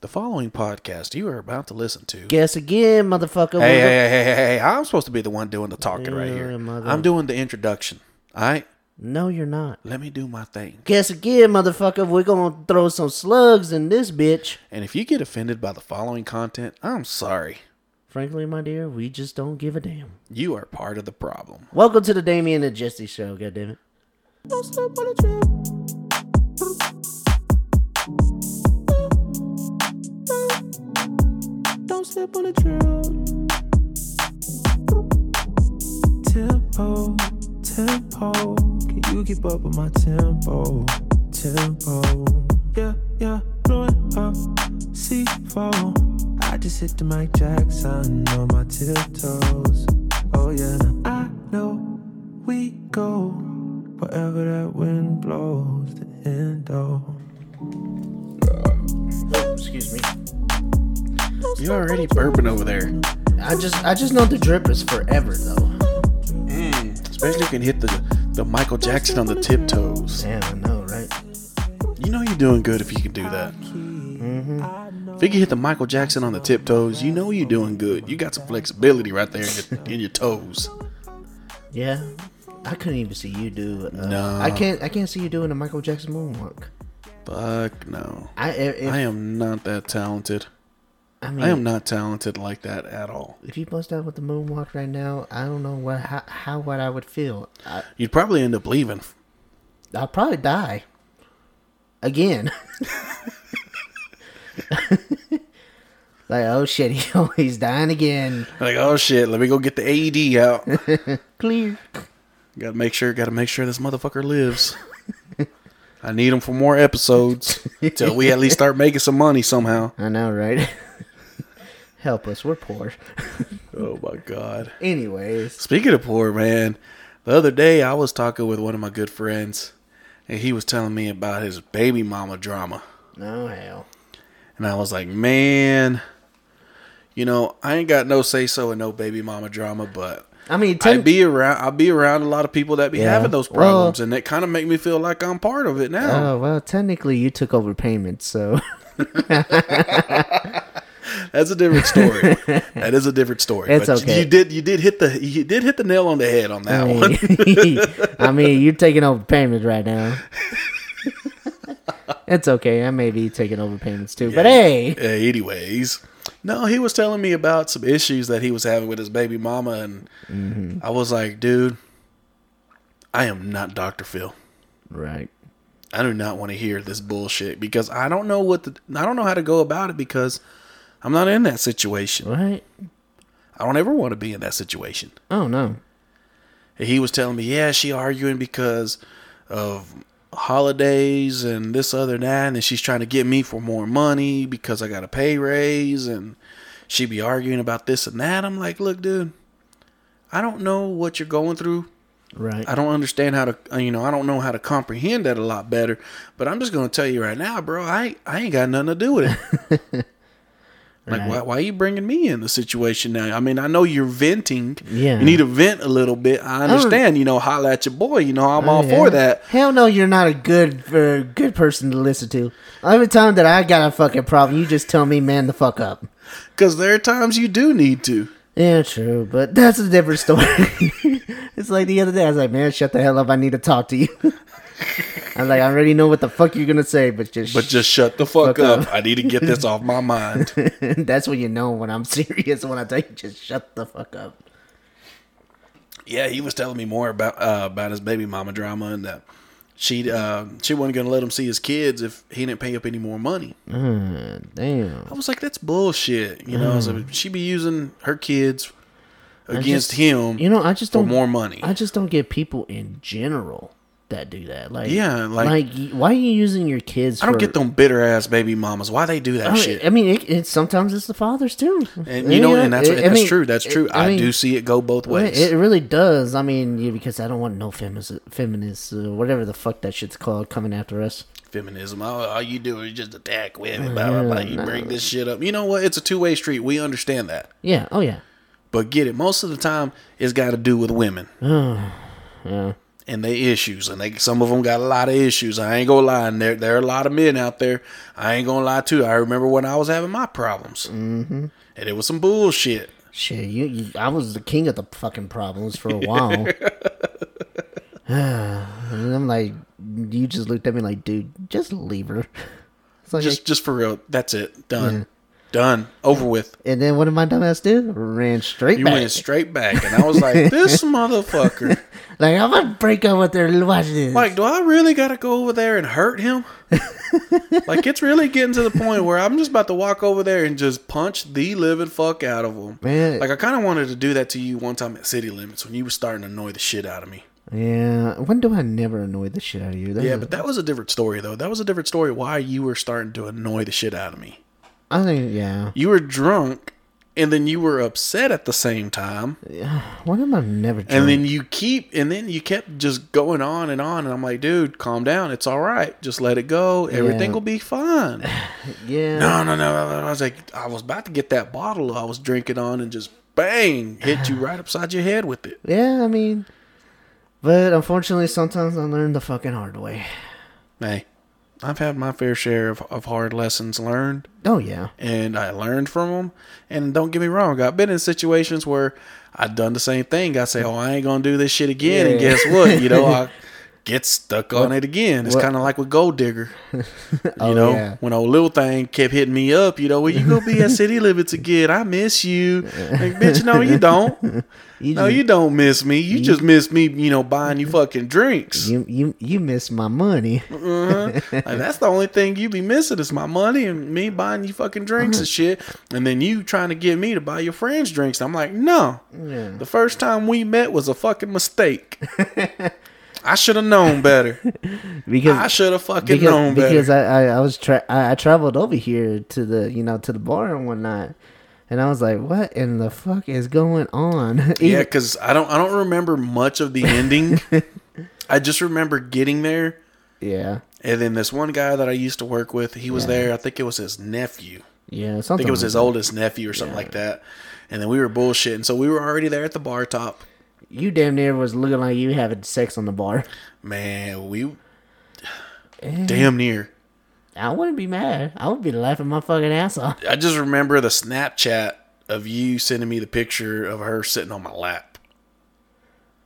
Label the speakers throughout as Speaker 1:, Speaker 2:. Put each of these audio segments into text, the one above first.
Speaker 1: The following podcast you are about to listen to.
Speaker 2: Guess again, motherfucker.
Speaker 1: Hey, hey, hey, hey, hey, hey, I'm supposed to be the one doing the talking right
Speaker 2: Yeah,
Speaker 1: here.
Speaker 2: mother-
Speaker 1: I'm doing the introduction. All right,
Speaker 2: No, you're not.
Speaker 1: let me do my thing.
Speaker 2: Guess again, motherfucker. We're gonna throw some slugs in this bitch.
Speaker 1: And if you get offended by the following content, I'm sorry.
Speaker 2: Frankly, my dear, we just don't give a damn.
Speaker 1: You are part of the problem.
Speaker 2: Welcome to the Damien and Jesse show. God damn it.
Speaker 3: Don't slip on the drill. Tempo, tempo. Can you keep up with my tempo? Tempo. Yeah, yeah, blow it up. C4. I just hit the Mike Jackson on my tiptoes. Oh, yeah, now I know we go wherever that wind blows. The end, though.
Speaker 2: Excuse me.
Speaker 1: You already burping over there.
Speaker 2: I just, I just know the drip is forever though.
Speaker 1: Mm, Especially if you can hit the, the Michael Jackson on the tiptoes.
Speaker 2: Damn, I know, right?
Speaker 1: You know you're doing good if you can do that. If you can hit the Michael Jackson on the tiptoes, you know you're doing good. You got some flexibility right there in your, in your toes.
Speaker 2: Yeah. I couldn't even see you do. Uh,
Speaker 1: No.
Speaker 2: I can't. I can't see you doing a Michael Jackson moonwalk.
Speaker 1: Fuck no.
Speaker 2: I, if,
Speaker 1: I am not that talented.
Speaker 2: I mean,
Speaker 1: I am not talented like that at all.
Speaker 2: if you bust out with the moonwalk right now, I don't know what how, how what I would feel. I,
Speaker 1: You'd probably end up leaving.
Speaker 2: I'll probably die. Again. like, oh shit, he, oh, he's dying again.
Speaker 1: Like, oh shit, let me go get the AED out.
Speaker 2: Clear.
Speaker 1: gotta make sure, gotta make sure this motherfucker lives. I need him for more episodes till we at least start making some money somehow.
Speaker 2: I know, right? Help us, we're poor.
Speaker 1: Oh my god.
Speaker 2: Anyways.
Speaker 1: Speaking of poor man, the other day I was talking with one of my good friends, and he was telling me about his baby mama drama.
Speaker 2: No hell.
Speaker 1: And I was like, man, you know, I ain't got no say so and no baby mama drama, but
Speaker 2: I mean,
Speaker 1: I
Speaker 2: ten,
Speaker 1: be around I be around a lot of people that be
Speaker 2: Yeah.
Speaker 1: having those
Speaker 2: Well-
Speaker 1: problems and that kind of make me feel like I'm part of it now.
Speaker 2: oh well, technically you took over payments, so
Speaker 1: That's a different story. that is a different story.
Speaker 2: It's
Speaker 1: but
Speaker 2: okay.
Speaker 1: you did you did hit the you did hit the nail on the head on that
Speaker 2: I
Speaker 1: one.
Speaker 2: mean, I mean, you're taking over payments right now. it's okay. I may be taking over payments too, but hey,
Speaker 1: Uh, anyways, no, he was telling me about some issues that he was having with his baby mama, and
Speaker 2: Mm-hmm.
Speaker 1: I was like, dude, I am not Doctor Phil.
Speaker 2: right.
Speaker 1: I do not want to hear this bullshit because I don't know what the I don't know how to go about it because I'm not in that situation.
Speaker 2: What?
Speaker 1: I don't ever want to be in that situation.
Speaker 2: Oh no.
Speaker 1: And he was telling me, yeah, she arguing because of holidays and this other and that, and she's trying to get me for more money because I got a pay raise, and she be arguing about this and that. I'm like, look, dude, I don't know what you're going through.
Speaker 2: Right.
Speaker 1: I don't understand how to, uh, you know, I don't know how to comprehend that a lot better. But I'm just gonna tell you right now, bro, I I ain't got nothing to do with it. Like, why, why you bringing me in the situation now? I mean, I know you're venting.
Speaker 2: Yeah.
Speaker 1: You need to vent a little bit. I understand. You know, holla at your boy. You know, I'm all
Speaker 2: Oh, Yeah.
Speaker 1: for that.
Speaker 2: Hell no, you're not a good uh, good person to listen to. Every time that I got a fucking problem, you just tell me, man, the fuck up.
Speaker 1: Because there are times you do need to.
Speaker 2: Yeah, true, but that's a different story. it's like the other day, I was like, man, shut the hell up. I need to talk to you. I'm like, I already know what the fuck you're gonna say, but just,
Speaker 1: But just shut the fuck, up. I need to get this off my mind.
Speaker 2: that's when you know when I'm serious. When I tell you, just shut the fuck up.
Speaker 1: yeah, he was telling me more about uh, about his baby mama drama and that she uh, she wasn't gonna let him see his kids if he didn't pay up any more money.
Speaker 2: Damn.
Speaker 1: I was like, that's bullshit. You know, so she be using her kids against
Speaker 2: Mm. just-
Speaker 1: him.
Speaker 2: You know, I just
Speaker 1: for
Speaker 2: don't
Speaker 1: more money.
Speaker 2: I just don't get people in general that do that. Like,
Speaker 1: Yeah, like-
Speaker 2: y- why are you using your kids?
Speaker 1: I don't
Speaker 2: for-
Speaker 1: get them bitter ass baby mamas. Why they do that
Speaker 2: I,
Speaker 1: shit?
Speaker 2: I mean, Oh, it, it, sometimes it's the fathers too.
Speaker 1: and you know, and that's
Speaker 2: it- I
Speaker 1: and that's
Speaker 2: mean,
Speaker 1: true. That's
Speaker 2: it-
Speaker 1: true. I,
Speaker 2: mean,
Speaker 1: do see it go both ways.
Speaker 2: It, it really does. I mean, yeah, because I don't want no feminists, feminists, uh, whatever the fuck that shit's called, coming after us.
Speaker 1: Feminism. All, all you do is just attack women. Blah blah blah. You bring this shit up. You know what? It's a two way street. We understand that.
Speaker 2: Yeah. Oh yeah.
Speaker 1: But get it. Most of the time, it's got to do with women. and they issues, and they some of them got a lot of issues. I ain't gonna lie, and there there are a lot of men out there. I ain't gonna lie too. I remember when I was having my problems, mm-hmm. and it was some bullshit.
Speaker 2: Shit, you, you I was the king of the fucking problems for a while. and I'm like, you just looked at me like, dude, just leave her. It's like,
Speaker 1: Just just for real, that's it. Done, done, over with.
Speaker 2: and then what did my dumbass do? Ran straight
Speaker 1: You
Speaker 2: back.
Speaker 1: went straight back, and I was like, this motherfucker.
Speaker 2: Like I'm gonna break up with her. Watch this.
Speaker 1: Like, do I really got to go over there and hurt him? like, it's really getting to the point where I'm just about to walk over there and just punch the living fuck out of him.
Speaker 2: Man.
Speaker 1: Like, I kind of wanted to do that to you one time at City Limits when you were starting to annoy the shit out of me.
Speaker 2: yeah. When do I never annoy the shit out of you? That
Speaker 1: Yeah,
Speaker 2: was-
Speaker 1: but that was a different story, though. That was a different story why you were starting to annoy the shit out of me.
Speaker 2: I think yeah.
Speaker 1: You were drunk, and then you were upset at the same time.
Speaker 2: When am I never? Drunk?
Speaker 1: And then you keep, and then you kept just going on and on. And I'm like, dude, calm down. It's all right. Just let it go. Everything
Speaker 2: Yeah.
Speaker 1: will be fine.
Speaker 2: yeah.
Speaker 1: no, no, no. I was like, I was about to get that bottle I was drinking on and just bang, hit you right upside your head with it.
Speaker 2: Yeah, I mean, but unfortunately, sometimes I learn the fucking hard way.
Speaker 1: Hey, I've had my fair share of, of hard lessons learned
Speaker 2: Oh yeah.
Speaker 1: and I learned from them. And don't get me wrong, I've been in situations where I've done the same thing. I say, oh, I ain't going to do this shit again. And
Speaker 2: Yeah.
Speaker 1: guess what? You know, I get stuck on it again. It's
Speaker 2: what-
Speaker 1: kind of like with Gold Digger.
Speaker 2: Oh,
Speaker 1: you know,
Speaker 2: yeah.
Speaker 1: when old little thing kept hitting me up, you know, well, you gonna be at City Limits again? I miss you, like, bitch. No, you don't.
Speaker 2: You
Speaker 1: No,
Speaker 2: just-
Speaker 1: you don't miss me. You just miss me, you know, buying you fucking drinks.
Speaker 2: You you you missed my money.
Speaker 1: Uh-huh. Like, that's the only thing you be missing is my money and me buying you fucking drinks
Speaker 2: Mm-hmm.
Speaker 1: and shit. And then you trying to get me to buy your friends drinks. I'm like, no.
Speaker 2: Yeah.
Speaker 1: The first time we met was a fucking mistake. I should have known better. I
Speaker 2: Because
Speaker 1: should have fucking
Speaker 2: because,
Speaker 1: known better.
Speaker 2: because I, I I was tra- I, I traveled over here to the you know to the bar and whatnot, and I was like, what in the fuck is going on?
Speaker 1: Yeah,
Speaker 2: Even-
Speaker 1: because I don't I don't remember much of the ending. I just remember getting there,
Speaker 2: yeah.
Speaker 1: and then this one guy that I used to work with, he was there. I think it was his nephew.
Speaker 2: Yeah,
Speaker 1: I
Speaker 2: something.
Speaker 1: think it was
Speaker 2: like
Speaker 1: his
Speaker 2: that.
Speaker 1: oldest nephew or something like that. And then we were bullshitting, so we were already there at the bar top.
Speaker 2: You damn near was looking like you having sex on the bar.
Speaker 1: Man, we
Speaker 2: Eh.
Speaker 1: damn near.
Speaker 2: I wouldn't be mad. I would be laughing my fucking ass off.
Speaker 1: I just remember the Snapchat of you sending me the picture of her sitting on my lap,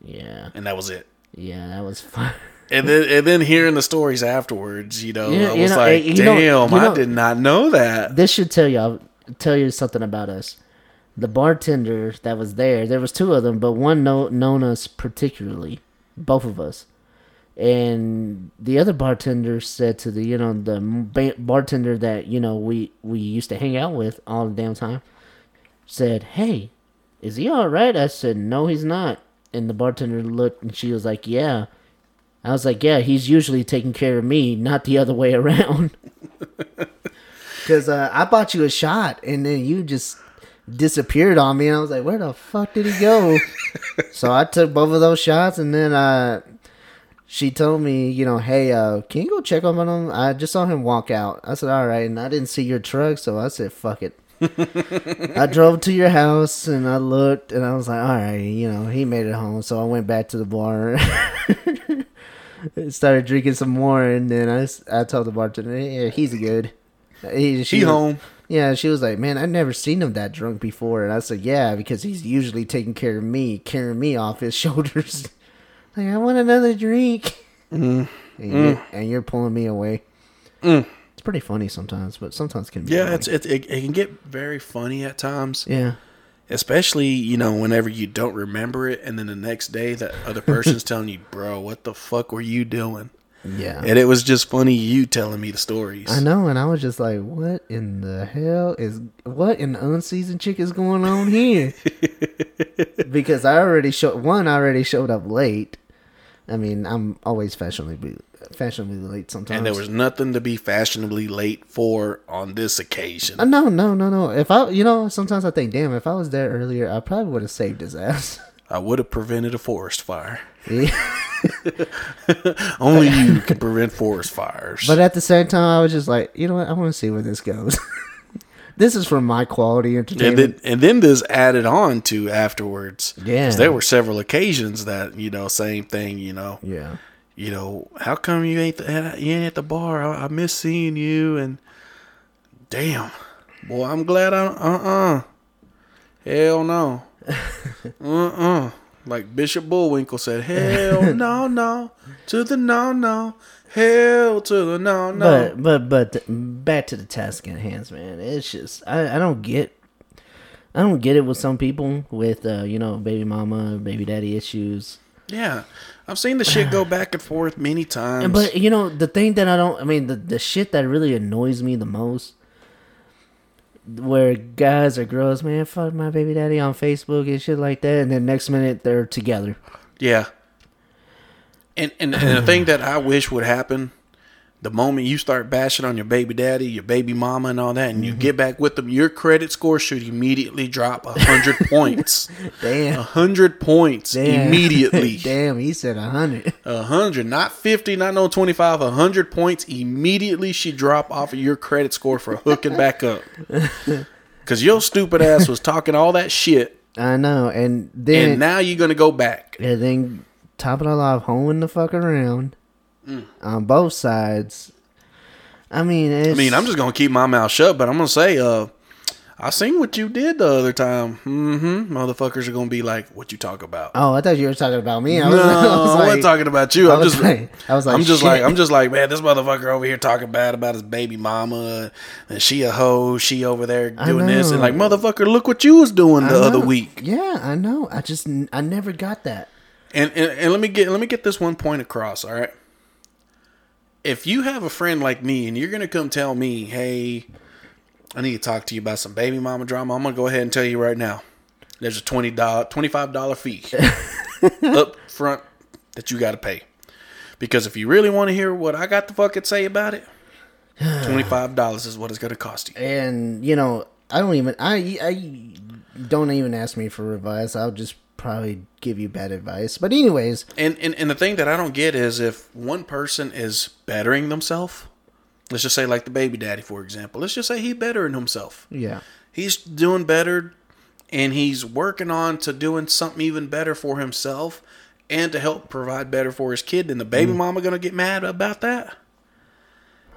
Speaker 2: Yeah,
Speaker 1: and that was it.
Speaker 2: yeah, that was fun.
Speaker 1: And then, and then hearing the stories afterwards, you know,
Speaker 2: You know-
Speaker 1: I
Speaker 2: you
Speaker 1: was
Speaker 2: know, eh,
Speaker 1: like,
Speaker 2: you
Speaker 1: "Damn,
Speaker 2: know- you
Speaker 1: I
Speaker 2: know-
Speaker 1: did not know that."
Speaker 2: This should tell y'all tell you something about us. The bartender that was there, there was two of them, but one know, known us particularly, both of us. And the other bartender said to the you know the ba- bartender that you know we we used to hang out with all the damn time, said, "Hey, is he all right?" I said, "No, he's not." And the bartender looked and she was like, "Yeah." I was like, "Yeah, he's usually taking care of me, not the other way around." Because uh, I bought you a shot, and then you just disappeared on me, and I was like, "Where the fuck did he go?" so I took both of those shots, and then uh, she told me, you know, "Hey, uh, can you go check on him?" I just saw him walk out. I said, "All right," and I didn't see your truck, so I said, "Fuck it." I drove to your house and I looked and I was like, all right, you know, he made it home. So I went back to the bar, started drinking some more, and then I, s- I told the bartender, yeah, he's good. He, she
Speaker 1: She
Speaker 2: was-
Speaker 1: home.
Speaker 2: yeah, she was like, "Man, I've never seen him that drunk before." And I said, "Yeah, because he's usually taking care of me, carrying me off his shoulders." like, I want another drink.
Speaker 1: Mm-hmm. Mm.
Speaker 2: And, You're, and you're pulling me away. It's pretty funny sometimes, but sometimes can be
Speaker 1: Yeah,
Speaker 2: annoying.
Speaker 1: it's it, it it can get very funny at times,
Speaker 2: yeah,
Speaker 1: especially you know whenever you don't remember it, and then the next day that other person's telling you, "Bro, what the fuck were you doing?"
Speaker 2: yeah.
Speaker 1: And it was just funny you telling me the stories.
Speaker 2: I know, and I was just like, "What in the hell is what in the unseasoned chick is going on here?" because I already showed one. I already showed up late. I mean, I'm always fashionably fashionably late sometimes.
Speaker 1: And there was nothing to be fashionably late for on this occasion.
Speaker 2: Uh, no, no, no, no. If I, you know, sometimes I think, damn, if I was there earlier, I probably would have saved his ass.
Speaker 1: I would have prevented a forest fire.
Speaker 2: Yeah.
Speaker 1: Only you can prevent forest fires.
Speaker 2: but at the same time, I was just like, you know what? I want to see where this goes. this is for my quality
Speaker 1: and
Speaker 2: entertainment.
Speaker 1: then and then this added on to afterwards. 'Cause
Speaker 2: Yeah.
Speaker 1: there were several occasions that you know same thing. You know,
Speaker 2: yeah.
Speaker 1: you know, how come you ain't the, you ain't at the bar? I, I miss seeing you. And damn, boy, I'm glad I uh uh hell no uh uh like Bishop Bullwinkle said, hell no no to the no no hell to the no no.
Speaker 2: But but but th- back to the task at hand, man. It's just I, I don't get I don't get it with some people with uh, you know baby mama baby daddy issues.
Speaker 1: Yeah, I've seen the shit go back and forth many times.
Speaker 2: And but you know the thing that I don't I mean the the shit that really annoys me the most where guys or girls man fuck my baby daddy on Facebook and shit like that and then next minute they're together.
Speaker 1: yeah, and and, and the thing that I wish would happen, the moment you start bashing on your baby daddy, your baby mama, and all that, and you get back with them, your credit score should immediately drop a hundred points.
Speaker 2: Damn.
Speaker 1: A hundred points
Speaker 2: Damn.
Speaker 1: immediately.
Speaker 2: Damn, he said a hundred.
Speaker 1: A hundred, not fifty, not no twenty-five. A hundred points immediately should drop off of your credit score for hooking back up. Cause your stupid ass was talking all that shit
Speaker 2: I know, and then
Speaker 1: and now you're gonna go back.
Speaker 2: And then top it all off, hoeing the fuck around on both sides. I mean, it's,
Speaker 1: Mm. I mean, I'm just gonna keep my mouth shut, but I'm gonna say, uh, I seen what you did the other time. Mm-hmm. Motherfuckers are gonna be like, "What you talk about?"
Speaker 2: Oh, I thought you were talking about me. I was,
Speaker 1: no,
Speaker 2: I was
Speaker 1: I
Speaker 2: like-
Speaker 1: wasn't talking about you.
Speaker 2: I
Speaker 1: I'm
Speaker 2: was
Speaker 1: just,
Speaker 2: like- I was like,
Speaker 1: I'm just
Speaker 2: shit.
Speaker 1: like, I'm just like, man, this motherfucker over here talking bad about his baby mama, and she a hoe, she over there doing this, and
Speaker 2: know.
Speaker 1: like, motherfucker, look what you was doing the
Speaker 2: I
Speaker 1: other
Speaker 2: know.
Speaker 1: week.
Speaker 2: Yeah, I know. I just n- I never got that.
Speaker 1: And, and and let me get let me get this one point across. All right. If you have a friend like me and you're gonna come tell me, hey, I need to talk to you about some baby mama drama, I'm gonna go ahead and tell you right now. There's a twenty dollar twenty five dollar fee up front that you gotta pay. Because if you really wanna hear what I got to fucking say about it, twenty five dollars is what it's gonna cost you.
Speaker 2: And you know, I don't even I I don't even ask me for advice. I'll just probably give you bad advice. But anyways,
Speaker 1: And and, and the thing that I don't get is if one person is bettering themselves, let's just say like the baby daddy for example, let's just say he bettering himself.
Speaker 2: yeah.
Speaker 1: He's doing better and he's working on to doing something even better for himself and to help provide better for his kid. And the baby mama gonna get mad about that.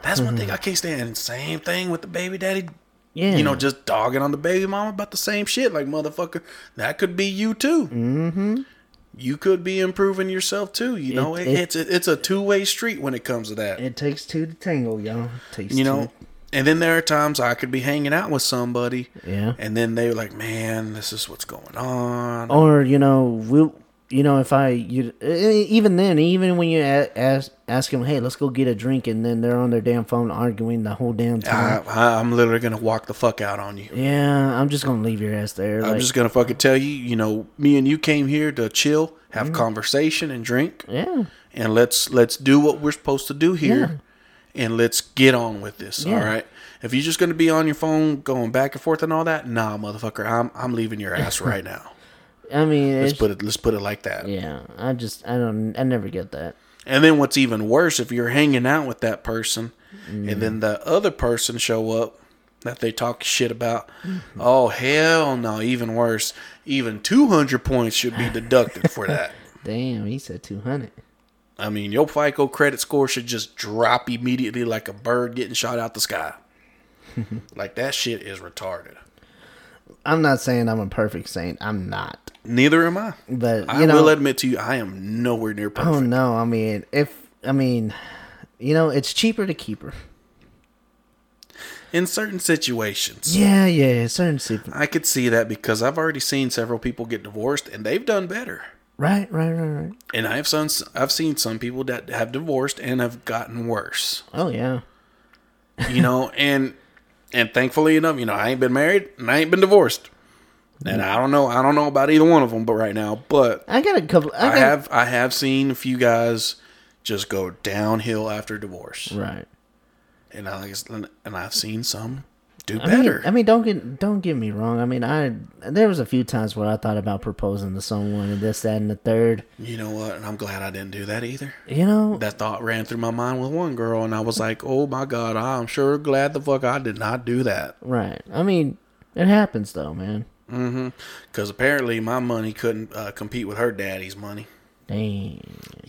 Speaker 1: That's one thing I can't stand. And same thing with the baby daddy.
Speaker 2: Yeah.
Speaker 1: You know, just dogging on the baby mama about the same shit. Like motherfucker, that could be you too. Mm-hmm. You could be improving yourself too. You know,
Speaker 2: It-
Speaker 1: it,
Speaker 2: it-
Speaker 1: it's a, it's a two way street when it comes to that
Speaker 2: it takes two to tango, y'all. It takes
Speaker 1: you
Speaker 2: two.
Speaker 1: know and then there are times i could be hanging out with somebody
Speaker 2: Yeah.
Speaker 1: and then they're like man this is what's going on
Speaker 2: or you know we'll you know if i you e- even then even when you a- ask ask them hey let's go get a drink and then they're on their damn phone arguing the whole damn
Speaker 1: I,
Speaker 2: time
Speaker 1: I, i'm literally gonna walk the fuck out on you
Speaker 2: yeah i'm just gonna leave your ass there
Speaker 1: Ah. i'm
Speaker 2: like,
Speaker 1: just gonna fucking tell you you know me and you came here to chill have
Speaker 2: Mm.
Speaker 1: conversation and drink
Speaker 2: yeah
Speaker 1: and let's let's do what we're supposed to do here and let's get on with this all
Speaker 2: Yeah.
Speaker 1: right if you're just gonna be on your phone going back and forth and all that nah motherfucker i'm i'm leaving your ass right now
Speaker 2: i mean
Speaker 1: let's
Speaker 2: it's,
Speaker 1: put it let's put it like that
Speaker 2: yeah i just i don't i never get that
Speaker 1: And then what's even worse, if you're hanging out with that person and then the other person show up that they talk shit about, oh hell no, even worse. Even 200 points should be deducted for that.
Speaker 2: damn he said 200
Speaker 1: I mean, your FICO credit score should just drop immediately like a bird getting shot out the sky. like that shit is retarded.
Speaker 2: i'm not saying i'm a perfect saint i'm not
Speaker 1: Neither am I.
Speaker 2: but
Speaker 1: I
Speaker 2: you know
Speaker 1: will admit to you, I am nowhere near perfect.
Speaker 2: oh no i mean if i mean you know it's cheaper to keep her
Speaker 1: In certain situations.
Speaker 2: yeah yeah certain super
Speaker 1: I could see that because I've already seen several people get divorced and they've done better.
Speaker 2: right right right right
Speaker 1: And I've seen I've seen some people that have divorced and have gotten worse.
Speaker 2: oh yeah
Speaker 1: You know, and and thankfully enough, you know, I ain't been married and I ain't been divorced.
Speaker 2: Mm.
Speaker 1: And I don't know, I don't know about either one of them, but right now, but
Speaker 2: I got a couple. I,
Speaker 1: I
Speaker 2: got,
Speaker 1: have I have seen a few guys just go downhill after divorce,
Speaker 2: right.
Speaker 1: and I and I've seen some Do
Speaker 2: I
Speaker 1: better.
Speaker 2: Mean, I mean, don't get don't get me wrong. I mean, I there was a few times where I thought about proposing to someone and this, that, and the third.
Speaker 1: you know what? And I'm glad I didn't do that either.
Speaker 2: You know,
Speaker 1: That thought ran through my mind with one girl, and I was like, "Oh my god, I'm sure glad the fuck I did not do that."
Speaker 2: right? I mean, it happens though, man.
Speaker 1: Because apparently my money couldn't uh, compete with her daddy's money.
Speaker 2: Dang.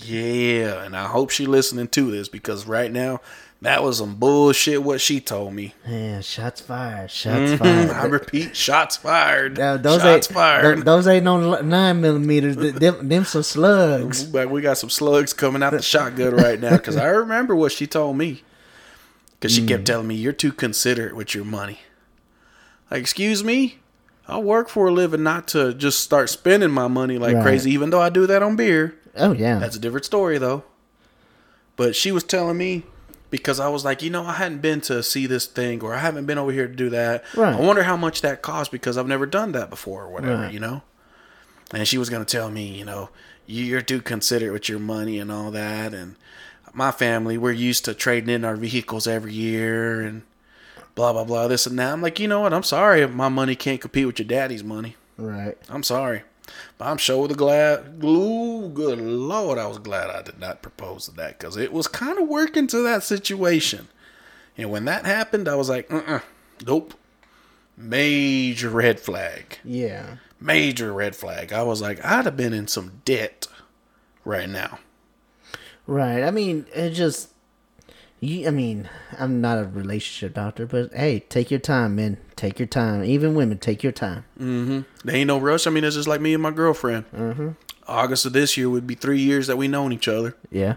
Speaker 1: Yeah, and I hope she listening to this because right now that was some bullshit what she told me.
Speaker 2: Yeah, shots fired. Shots
Speaker 1: Mm-hmm. I
Speaker 2: fired.
Speaker 1: repeat, shots fired.
Speaker 2: Now, those
Speaker 1: shots
Speaker 2: ain't,
Speaker 1: fired.
Speaker 2: th- those ain't no li- nine millimeters. Th- them, them some slugs.
Speaker 1: But we got some slugs coming out the shotgun right now because I remember what she told me. Because
Speaker 2: Hmm.
Speaker 1: she kept telling me, you're too considerate with your money. Like, excuse me? I work for a living not to just start spending my money like
Speaker 2: Right.
Speaker 1: crazy, even though I do that on beer.
Speaker 2: Oh yeah.
Speaker 1: That's a different story, though. But she was telling me because I was like, you know, I hadn't been to see this thing or I haven't been over here to do that.
Speaker 2: Right.
Speaker 1: I wonder how much that costs because I've never done that before or whatever,
Speaker 2: Right.
Speaker 1: you know? And she was going to tell me, you know, "You- you're too considerate with your money and all that. And my family, we're used to trading in our vehicles every year and blah, blah, blah, this and that. I'm like, you know what? I'm sorry if my money can't compete with your daddy's money.
Speaker 2: right.
Speaker 1: I'm sorry. But I'm sure the glad. Ooh, good lord, I was glad I did not propose to that because it was kind of working to that situation. And when that happened, I was like, uh-uh, nope. Major red flag.
Speaker 2: Yeah.
Speaker 1: Major red flag. I was like, I'd have been in some debt right now.
Speaker 2: Right. I mean, it just. You, I mean, I'm not a relationship doctor, but hey, take your time, men. Take your time. Even women, take your time.
Speaker 1: There ain't no rush. I mean, it's just like me and my girlfriend. August of this year would be three years that we known each other.
Speaker 2: Yeah.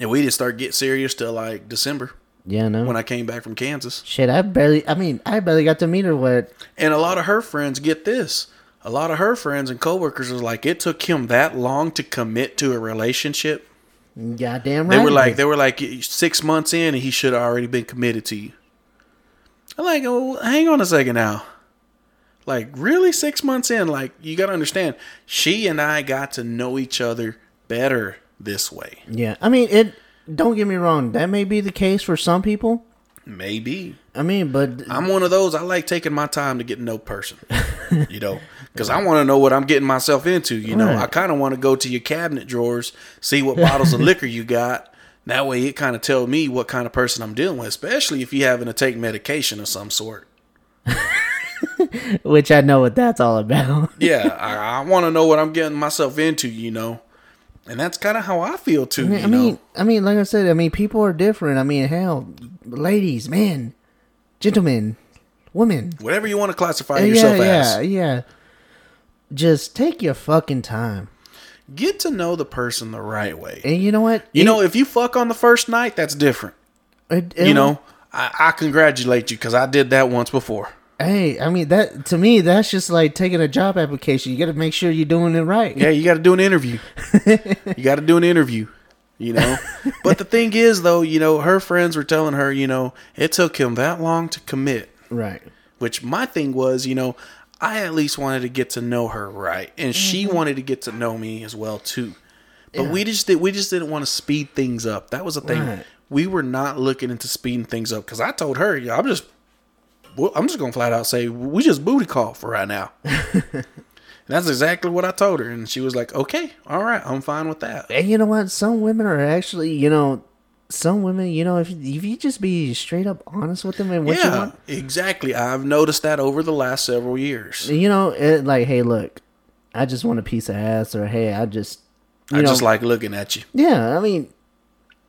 Speaker 1: And we didn't start get serious till like December
Speaker 2: Yeah. No.
Speaker 1: when I came back from Kansas.
Speaker 2: Shit, I barely. I mean, I barely got to meet her. What?
Speaker 1: And a lot of her friends get this. A lot of her friends and coworkers are like, it took him that long to commit to a relationship.
Speaker 2: Goddamn right.
Speaker 1: They were
Speaker 2: it
Speaker 1: like,
Speaker 2: did.
Speaker 1: they were like six months in, and he should have already been committed to you. I'm like, oh, hang on a second now. Like, really, six months in? Like, you got to understand, she and I got to know each other better this way.
Speaker 2: yeah. I mean, it. Don't get me wrong. That may be the case for some people.
Speaker 1: Maybe
Speaker 2: I mean, but
Speaker 1: I'm one of those. I like taking my time to get to know a person, you know, because I want to know what I'm getting myself into. You know, I
Speaker 2: Right.
Speaker 1: kind of want to go to your cabinet drawers, see what bottles of liquor you got. That way, it kind of tell me what kind of person I'm dealing with, especially if you having to take medication of some sort.
Speaker 2: which I know what that's all about.
Speaker 1: Yeah, I, I want to know what I'm getting myself into. You know, and that's kind of how I feel too.
Speaker 2: I
Speaker 1: You
Speaker 2: mean,
Speaker 1: know,
Speaker 2: I mean, like I said, I mean, people are different. I mean, hell, ladies, men, gentlemen, women.
Speaker 1: whatever you want to classify
Speaker 2: Yeah,
Speaker 1: yourself as.
Speaker 2: yeah, yeah. Just take your fucking time.
Speaker 1: Get to know the person the right way.
Speaker 2: And you know what?
Speaker 1: you know, if you fuck on the first night, that's different.
Speaker 2: It- it-
Speaker 1: you know, I, I congratulate you because I did that once before.
Speaker 2: Hey, I mean that to me, that's just like taking a job application. You got to make sure you're doing it right.
Speaker 1: Yeah, you got to do an interview. you got to do an interview. You know, but the thing is, though, you know, her friends were telling her, you know, it took him that long to commit.
Speaker 2: Right.
Speaker 1: Which my thing was, you know, I at least wanted to get to know her right, and she
Speaker 2: Mm-hmm.
Speaker 1: wanted to get to know me as well too. But we just did, we just didn't want to speed things up. That was the thing.
Speaker 2: Right.
Speaker 1: We were not looking into speeding things up because I told her, "Yeah, I'm just, well, I'm just gonna flat out say we just booty call for right now. and that's exactly what I told her, and she was like, "Okay, all right, I'm fine with that."
Speaker 2: And you know what? Some women are actually, you know, some women, you know, if if you just be straight up honest with them and what you
Speaker 1: yeah,
Speaker 2: want,
Speaker 1: exactly. I've noticed that over the last several years.
Speaker 2: you know, it, like, hey, look, I just want a piece of ass, or hey, I just, you
Speaker 1: I
Speaker 2: know,
Speaker 1: just like looking at you.
Speaker 2: yeah. I mean,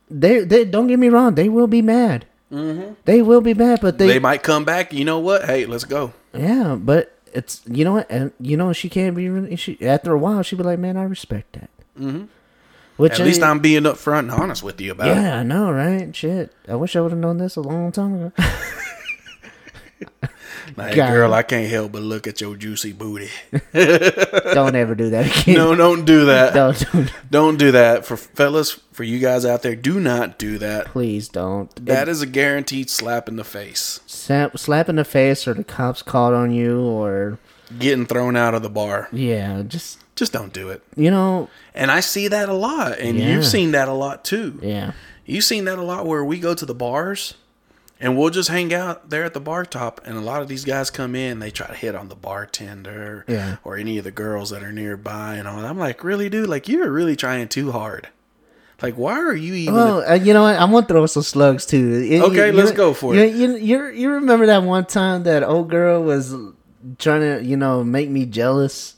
Speaker 2: they they don't get me wrong, they will be mad. Mm-hmm. They will be mad, but
Speaker 1: They might come back. You know what? Hey, let's go.
Speaker 2: Yeah, but it's you know what, and you know she can't be. really- She after a while she'd be like, "Man, I respect that." Mm-hmm. Which
Speaker 1: At least
Speaker 2: I,
Speaker 1: I'm being upfront and honest with you about it.
Speaker 2: Yeah, I know, right? Shit, I wish I would have known this a long time ago.
Speaker 1: Like,
Speaker 2: God.
Speaker 1: girl, I can't help but look at your juicy booty.
Speaker 2: don't ever do that again.
Speaker 1: No, don't do that.
Speaker 2: don't, don't
Speaker 1: Don't do that. For fellas, for you guys out there, do not do that.
Speaker 2: please don't.
Speaker 1: That is a guaranteed slap in the face.
Speaker 2: Slap, slap in the face, or the cops called on you, or
Speaker 1: Getting thrown out of the bar.
Speaker 2: yeah, just
Speaker 1: Just don't do it.
Speaker 2: you know,
Speaker 1: And I see that a lot. And
Speaker 2: Yeah.
Speaker 1: you've seen that a lot too.
Speaker 2: yeah,
Speaker 1: You've seen that a lot where we go to the bars And we'll just hang out there at the bar top. And a lot of these guys come in, they try to hit on the bartender
Speaker 2: Yeah.
Speaker 1: or any of the girls that are nearby. And all. And I'm like, really, dude? Like, you're really trying too hard. Like, why are you even.
Speaker 2: Well, uh, you know what? I'm gonna throw some slugs too. You-
Speaker 1: Okay,
Speaker 2: you-
Speaker 1: let's
Speaker 2: you-
Speaker 1: go for
Speaker 2: you,
Speaker 1: it.
Speaker 2: You, you you remember that one time that old girl was trying to you know make me jealous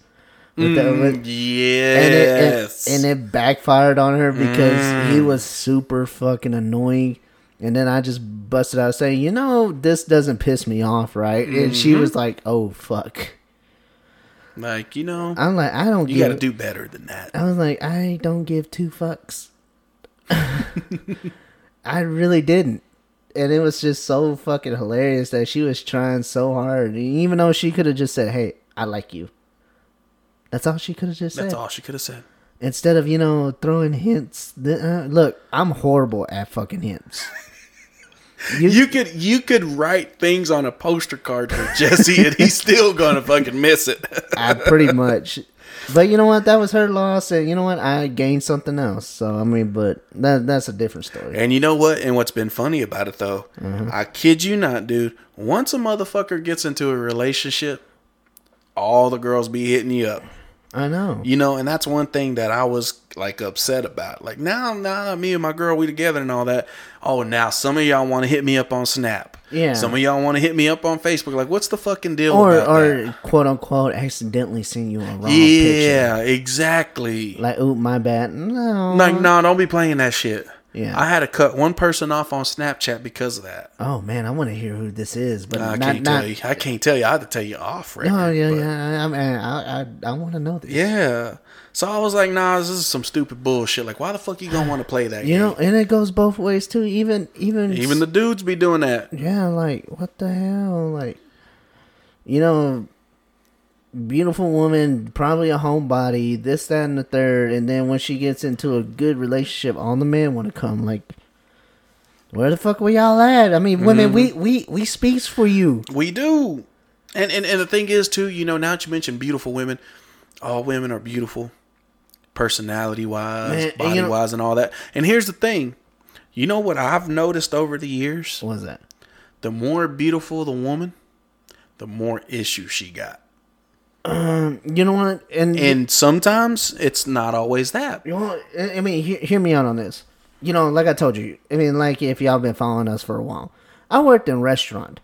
Speaker 2: with that, with,
Speaker 1: Mm,
Speaker 2: and it, and-
Speaker 1: yes. Mm.
Speaker 2: and, it backfired on her because he was super fucking annoying. And then I just busted out saying, you know, this doesn't piss me off, right? And she
Speaker 1: Mm-hmm.
Speaker 2: was like, oh, fuck.
Speaker 1: like, you know,
Speaker 2: I'm like, I don't
Speaker 1: you
Speaker 2: give.
Speaker 1: got to do better than that.
Speaker 2: I was like, I don't give two fucks. I really didn't. And it was just so fucking hilarious that she was trying so hard. And even though she could have just said, hey, I like you. That's all she could have just said
Speaker 1: That's all she could have said.
Speaker 2: instead of you know throwing hints th- uh, look i'm horrible at fucking hints
Speaker 1: You could you could write things on a poster card for Jesse, and he's still gonna fucking miss it.
Speaker 2: i pretty much but you know what that was her loss and you know what i gained something else so i mean but that that's a different story
Speaker 1: And you know what? And what's been funny about it though,
Speaker 2: Mm-hmm.
Speaker 1: I kid you not, dude. Once a motherfucker gets into a relationship, all the girls be hitting you up.
Speaker 2: i know
Speaker 1: You know, and that's one thing that I was like upset about. Like now, now me and my girl, we together and all that. Oh, now some of y'all want to hit me up on Snap.
Speaker 2: Yeah.
Speaker 1: Some of y'all want to hit me up on Facebook. Like, what's the fucking deal?
Speaker 2: or
Speaker 1: about
Speaker 2: or
Speaker 1: that?
Speaker 2: quote unquote accidentally seeing you on wrong picture
Speaker 1: yeah, exactly.
Speaker 2: like oop my bad no
Speaker 1: Like, no, don't be playing that shit.
Speaker 2: Yeah.
Speaker 1: I had to cut one person off on Snapchat because of that.
Speaker 2: oh man i want to hear who this is but
Speaker 1: I
Speaker 2: not
Speaker 1: can't
Speaker 2: not
Speaker 1: tell you. I can't tell you. I had to tell you off, right?
Speaker 2: oh yeah yeah i mean i i, I want to know this
Speaker 1: Yeah. So I was like, nah, this is some stupid bullshit. Like, why the fuck you gonna want to play that?
Speaker 2: you
Speaker 1: game?
Speaker 2: know and it goes both ways too even even
Speaker 1: even the dudes be doing that.
Speaker 2: Yeah, like what the hell? Like you know beautiful woman, probably a homebody, this, that, and the third, and then when she gets into a good relationship, all the men wanna come. Like where the fuck were y'all at? I mean, women, we we we speaks for you.
Speaker 1: We do. And, and and the thing is too, you know, now that you mentioned beautiful women, all women are beautiful, personality
Speaker 2: Man,
Speaker 1: wise,
Speaker 2: and you
Speaker 1: body
Speaker 2: know-
Speaker 1: wise, and all that. And here's the thing, you know what I've noticed over the years?
Speaker 2: What was that?
Speaker 1: the more beautiful the woman, the more issues she got.
Speaker 2: You know what? And,
Speaker 1: And sometimes it's not always that.
Speaker 2: you know, I I mean, hear, hear me out on this. You know, like I told you, I mean, like if y'all been following us for a while, I worked in restaurant.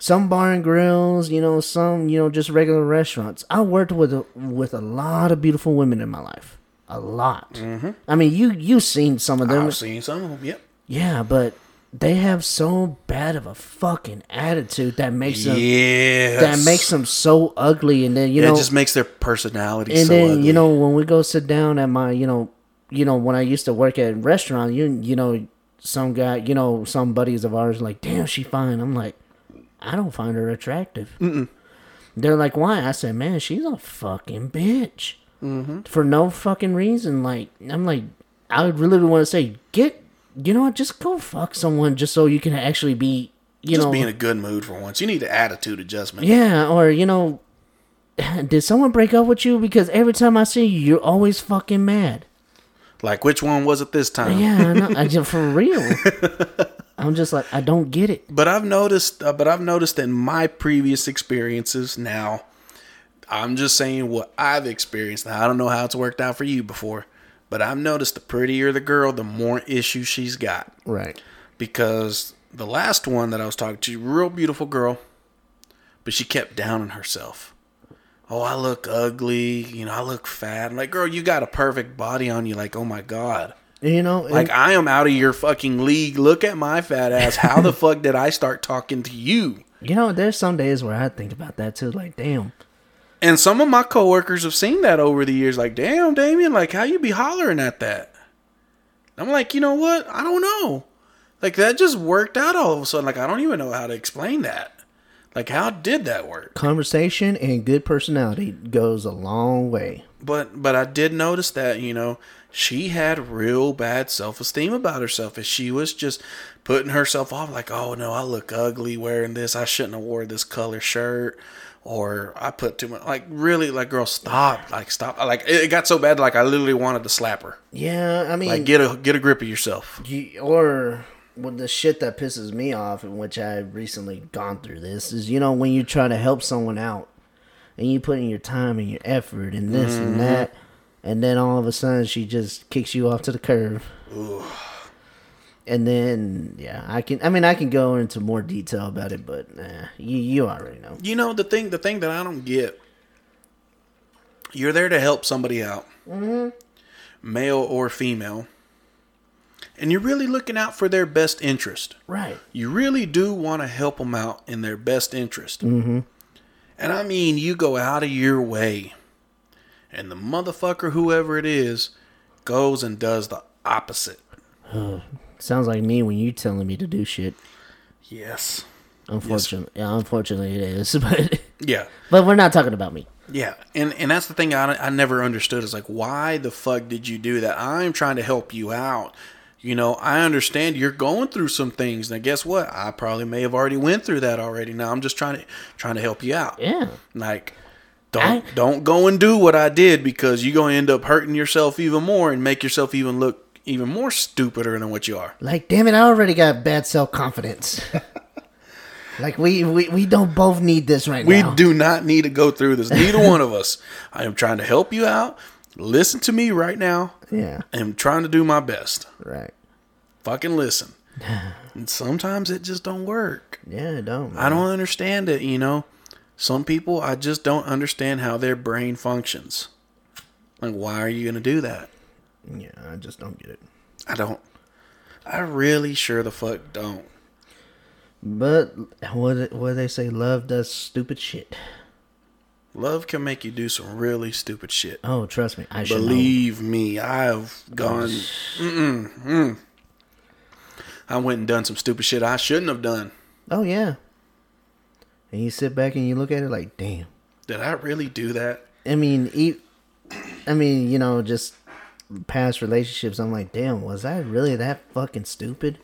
Speaker 2: Some bar and grills, you know, some you know just regular restaurants. I worked with a, with a lot of beautiful women in my life, a lot.
Speaker 1: Mm-hmm.
Speaker 2: I mean, you you seen some of them,
Speaker 1: I've seen some of them. Yep.
Speaker 2: yeah, but they have so bad of a fucking attitude that makes them
Speaker 1: Yeah.
Speaker 2: that makes them so ugly, and then you know
Speaker 1: it just makes their personality
Speaker 2: and
Speaker 1: so
Speaker 2: then
Speaker 1: ugly.
Speaker 2: you know when we go sit down at my you know you know when I used to work at a restaurant you you know some guy you know some buddies of ours like damn she fine I'm like I don't find her attractive they're like why I said man she's a fucking bitch
Speaker 1: Mm-hmm.
Speaker 2: for no fucking reason like I'm like I would really want to say get you know what just go fuck someone just so you can actually be you
Speaker 1: just
Speaker 2: know
Speaker 1: be in a good mood for once. You need an attitude adjustment.
Speaker 2: yeah, or you know, did someone break up with you? Because every time I see you, you're always fucking mad.
Speaker 1: Like which one was it this time?
Speaker 2: Yeah, I know. I just, for real. I'm just like I don't get it.
Speaker 1: But I've noticed. Uh, but I've noticed in my previous experiences. Now, I'm just saying what I've experienced. Now, I don't know how it's worked out for you before, but I've noticed the prettier the girl, the more issues she's got.
Speaker 2: Right.
Speaker 1: because the last one that I was talking to, real beautiful girl, but she kept downing herself. Oh, I look ugly. You know, I look fat. I'm like, girl, you got a perfect body on you. Like, oh my god.
Speaker 2: You know,
Speaker 1: Like,
Speaker 2: like
Speaker 1: I am out of your fucking league. Look at my fat ass. How the fuck did I start talking to you?
Speaker 2: you know, there's some days where I think about that too. Like, damn.
Speaker 1: And some of my coworkers have seen that over the years. Like, damn, Damien, like how you be hollering at that? I'm like, you know what? I don't know. Like that just worked out all of a sudden. Like I don't even know how to explain that. Like how did that work?
Speaker 2: Conversation and good personality goes a long way.
Speaker 1: But but I did notice that, you know, she had real bad self-esteem about herself and she was just putting herself off like, "Oh no, I look ugly wearing this. I shouldn't have wore this color shirt." Or I put too much like really like girl stop like stop like it it got so bad like I literally wanted to slap her
Speaker 2: Yeah, I mean,
Speaker 1: like get a get a grip of yourself
Speaker 2: you, or well, the shit that pisses me off, and which I've recently gone through this, is you know when you try to help someone out, and you put in your time and your effort and this and that, and then all of a sudden she just kicks you off to the curb. And then yeah, I can. I mean, I can go into more detail about it, but nah, you you already know.
Speaker 1: You know the thing the thing that I don't get. You're there to help somebody out. Mm-hmm. Male or female. And you're really looking out for their best interest.
Speaker 2: Right.
Speaker 1: You really do want to help them out in their best interest. Mm-hmm. And I mean, you go out of your way. And the motherfucker, whoever it is, goes and does the opposite.
Speaker 2: Sounds like me when you telling me to do shit.
Speaker 1: Yes.
Speaker 2: Unfortunately, yeah, unfortunately it is, but
Speaker 1: Yeah.
Speaker 2: but we're not talking about me.
Speaker 1: Yeah, and and that's the thing I I never understood is like why the fuck did you do that? I'm trying to help you out. You know, I understand you're going through some things. Now guess what? I probably may have already went through that already. Now I'm just trying to trying to help you out.
Speaker 2: Yeah,
Speaker 1: Like don't
Speaker 2: I-
Speaker 1: don't go and do what I did because you're going to end up hurting yourself even more and make yourself even look even more stupider than what you are.
Speaker 2: like damn it, I already got bad self confidence. like we, we we don't both need this right
Speaker 1: We
Speaker 2: now.
Speaker 1: do not need to go through this. Neither one of us. I am trying to help you out. Listen to me right now.
Speaker 2: Yeah,
Speaker 1: I am trying to do my best.
Speaker 2: right.
Speaker 1: fucking listen. and sometimes it just don't work.
Speaker 2: Yeah, don't.
Speaker 1: I don't understand it, you know. Some people I just don't understand how their brain functions. Like why are you going to do that?
Speaker 2: Yeah, I just don't get it.
Speaker 1: I don't I really sure the fuck don't.
Speaker 2: But what what they say, love does stupid shit.
Speaker 1: Love can make you do some really stupid shit.
Speaker 2: Oh, trust me, I should know.
Speaker 1: Believe me, I've gone mm-mm, mm. I went and done some stupid shit I shouldn't have done.
Speaker 2: Oh yeah. And you sit back and you look at it like, damn.
Speaker 1: Did I really do that?
Speaker 2: I mean, e I mean, you know, just past relationships. I'm like, damn, was I really that fucking stupid?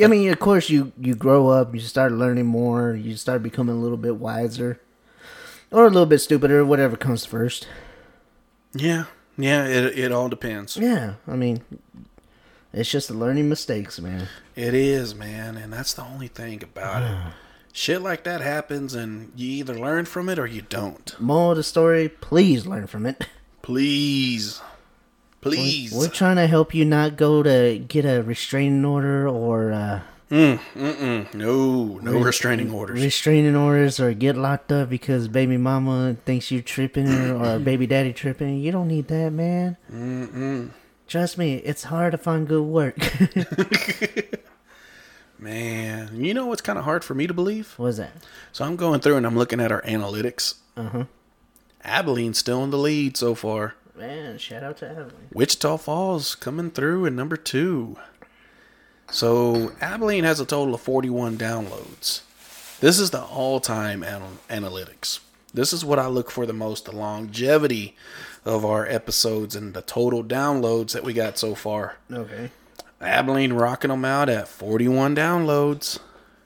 Speaker 2: I mean, of course, you you grow up, you start learning more, you start becoming a little bit wiser, or a little bit stupider, whatever comes first.
Speaker 1: Yeah. Yeah, it it all depends.
Speaker 2: Yeah, I mean, it's just learning mistakes, man.
Speaker 1: It is, man, and that's the only thing about it. Shit like that happens, and you either learn from it or you don't.
Speaker 2: Moral of the story: Please learn from it.
Speaker 1: Please, please.
Speaker 2: We're trying to help you not go to get a restraining order or. Uh,
Speaker 1: Mm, No, no restraining orders.
Speaker 2: restraining orders or get locked up because baby mama thinks you tripping or baby daddy tripping. You don't need that, man. Mm-mm. Trust me, it's hard to find good work.
Speaker 1: man, you know what's kind of hard for me to believe?
Speaker 2: What's that?
Speaker 1: So I'm going through and I'm looking at our analytics. Uh huh. Abilene's still in the lead so far.
Speaker 2: Man, shout out to Adeline.
Speaker 1: Wichita Falls coming through in number two. So Abilene has a total of 41 downloads. This is the all-time anal- analytics. This is what I look for the most: the longevity of our episodes and the total downloads that we got so far.
Speaker 2: Okay.
Speaker 1: Abilene rocking them out at 41 downloads.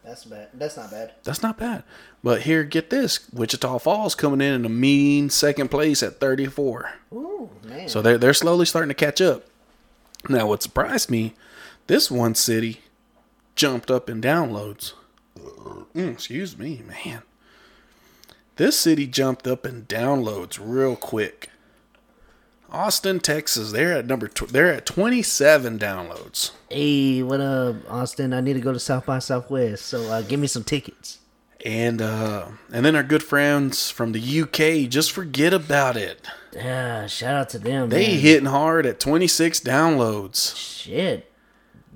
Speaker 2: That's bad. That's not bad.
Speaker 1: That's not bad. But here, get this: Wichita Falls coming in in a mean second place at 34.
Speaker 2: Ooh, man.
Speaker 1: So they're they're slowly starting to catch up. Now, what surprised me, this one city jumped up in downloads. Mm, excuse me, man. This city jumped up in downloads real quick. Austin, Texas, they're at number tw- they're at 27 downloads.
Speaker 2: hey, what up, Austin? I need to go to South by Southwest, so uh, give me some tickets.
Speaker 1: And uh and then our good friends from the UK, just forget about it.
Speaker 2: Yeah, shout out to them.
Speaker 1: They
Speaker 2: man.
Speaker 1: hitting hard at 26 downloads.
Speaker 2: shit.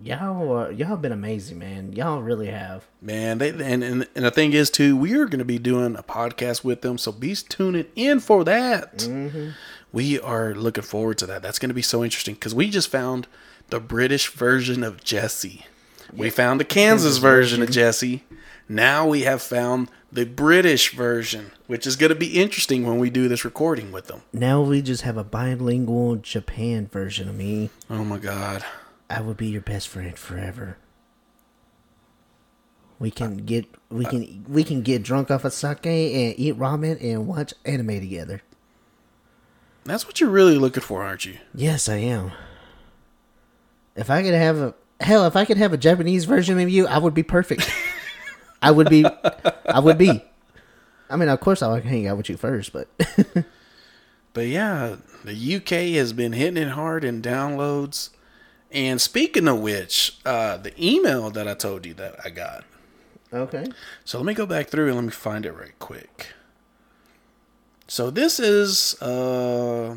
Speaker 2: Y'all, are, y'all been amazing, man. Y'all really have.
Speaker 1: Man, they and, and and the thing is too, we are going to be doing a podcast with them, so be tuning in for that. We are looking forward to that. That's going to be so interesting because we just found the British version of Jesse. We found the Kansas version of Jesse. Now we have found the British version, which is going to be interesting when we do this recording with them.
Speaker 2: Now we just have a bilingual Japan version of me.
Speaker 1: Oh my god.
Speaker 2: I will be your best friend forever. We can get we can we can get drunk off of sake and eat ramen and watch anime together.
Speaker 1: That's what you're really looking for, aren't you?
Speaker 2: Yes, I am. If I could have a hell, if I could have a Japanese version of you, I would be perfect. I would be. I would be. I mean, of course, I would hang out with you first, but
Speaker 1: But yeah, the UK has been hitting it hard in downloads. And speaking of which, uh, the email that I told you that I got.
Speaker 2: okay.
Speaker 1: So let me go back through and let me find it right quick. So this is uh,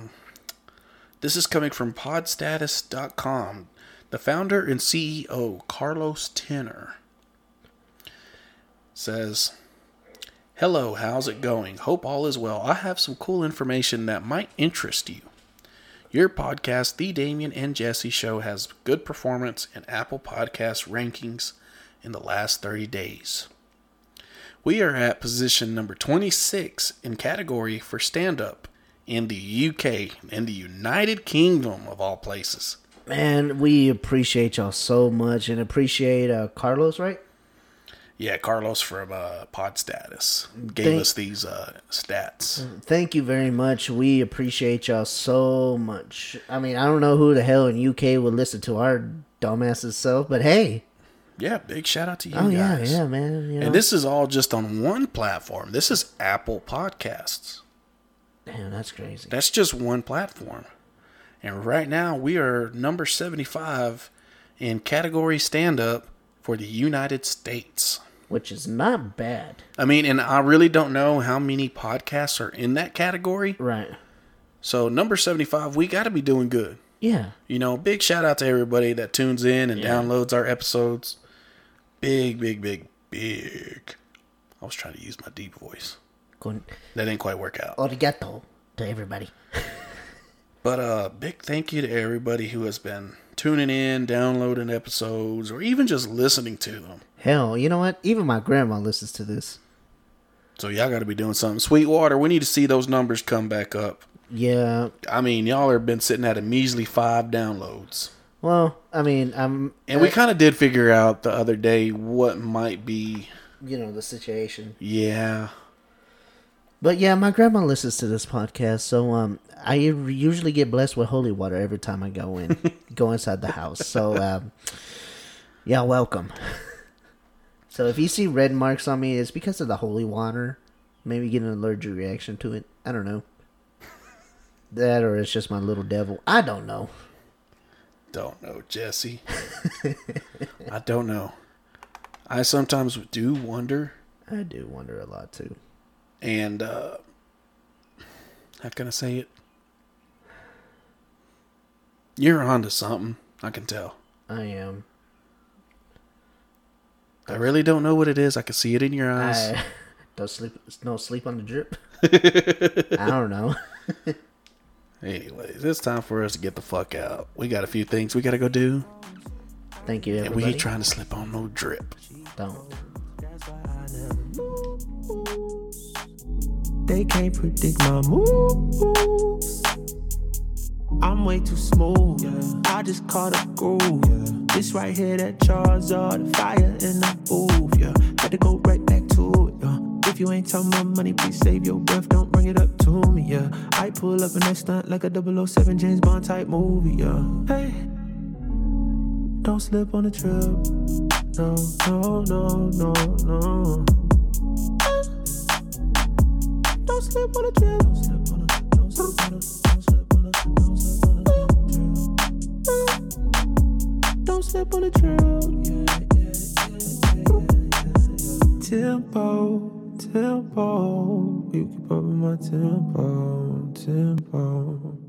Speaker 1: this is coming from podstatus.com. The founder and CEO, Carlos Tenner, says, "Hello, how's it going? Hope all is well. I have some cool information that might interest you. Your podcast, The Damien and Jesse Show, has good performance in Apple Podcast rankings in the last 30 days." We are at position number 26 in category for stand up in the UK, in the United Kingdom of all places.
Speaker 2: Man, we appreciate y'all so much and appreciate uh, Carlos, right?
Speaker 1: Yeah, Carlos from uh, Pod Status gave
Speaker 2: Thank- Mm.
Speaker 1: us these uh, stats.
Speaker 2: Thank you very much. We appreciate y'all so much. I mean, I don't know who the hell in UK would listen to our dumbasses self, but hey,
Speaker 1: Yeah, big shout out to you
Speaker 2: oh yeah,
Speaker 1: guys.
Speaker 2: yeah, man. You know,
Speaker 1: And this is all just on one platform. This is Apple Podcasts.
Speaker 2: damn, that's crazy.
Speaker 1: That's just one platform. And right now we are number 75 in category stand up for the United States.
Speaker 2: Which is not bad,
Speaker 1: I mean, and I really don't know how many podcasts are in that category.
Speaker 2: right?
Speaker 1: So number seventy-five, we got to be doing good.
Speaker 2: Yeah,
Speaker 1: You know, big shout out to everybody that tunes in and downloads our episodes. Big, big, big, big. I was trying to use my deep voice.
Speaker 2: Con-
Speaker 1: That didn't quite work out.
Speaker 2: arigato to everybody.
Speaker 1: But uh big thank you to everybody who has been tuning in, downloading episodes, or even just listening to them.
Speaker 2: Hell, you know what? Even my grandma listens to this.
Speaker 1: So y'all got to be doing something. Sweetwater, we need to see those numbers come back up.
Speaker 2: Yeah.
Speaker 1: I mean, y'all have been sitting at a measly 5 downloads.
Speaker 2: Well, I mean, I'm
Speaker 1: And we kind of did figure out the other day what might be.
Speaker 2: you know the situation.
Speaker 1: Yeah.
Speaker 2: But yeah, my grandma listens to this podcast, so um, I usually get blessed with holy water every time I go in, go inside the house. So um, yeah, welcome. so if you see red marks on me, it's because of the holy water. Maybe get an allergic reaction to it. I don't know. That or it's just my little devil. I don't know.
Speaker 1: Don't know, Jesse. I don't know. I sometimes do wonder,
Speaker 2: I do wonder a lot too.
Speaker 1: and uh, how can I say it? You're onto something. I can tell.
Speaker 2: I am.
Speaker 1: I really don't know what it is. I can see it in your eyes.
Speaker 2: I don't sleep. No sleep on the drip. I don't know.
Speaker 1: Anyways, it's time for us to get the fuck out. We got a few things we got to go do,
Speaker 2: Thank you,
Speaker 1: and
Speaker 2: everybody.
Speaker 1: we ain't trying to slip on no drip.
Speaker 2: Don't.
Speaker 3: That's why I never lose. They can't predict my moves. I'm way too smooth. I just caught a groove. This right here, that Charizard, the fire in the booth. Yeah, had to go right back to it. Yeah. If you ain't talking about money, please save your breath. Don't bring it up to me. Yeah, I pull up and I stunt like a 007 James Bond type movie. Yeah, hey, don't slip on the trip no, no, no, no, no. Don't slip on a drip. Don't slip on a, don't slip on a, don't slip on a, don't slip on a drip. Don't slip on a drip. Tempo, tempo. You keep up with my tempo, tempo.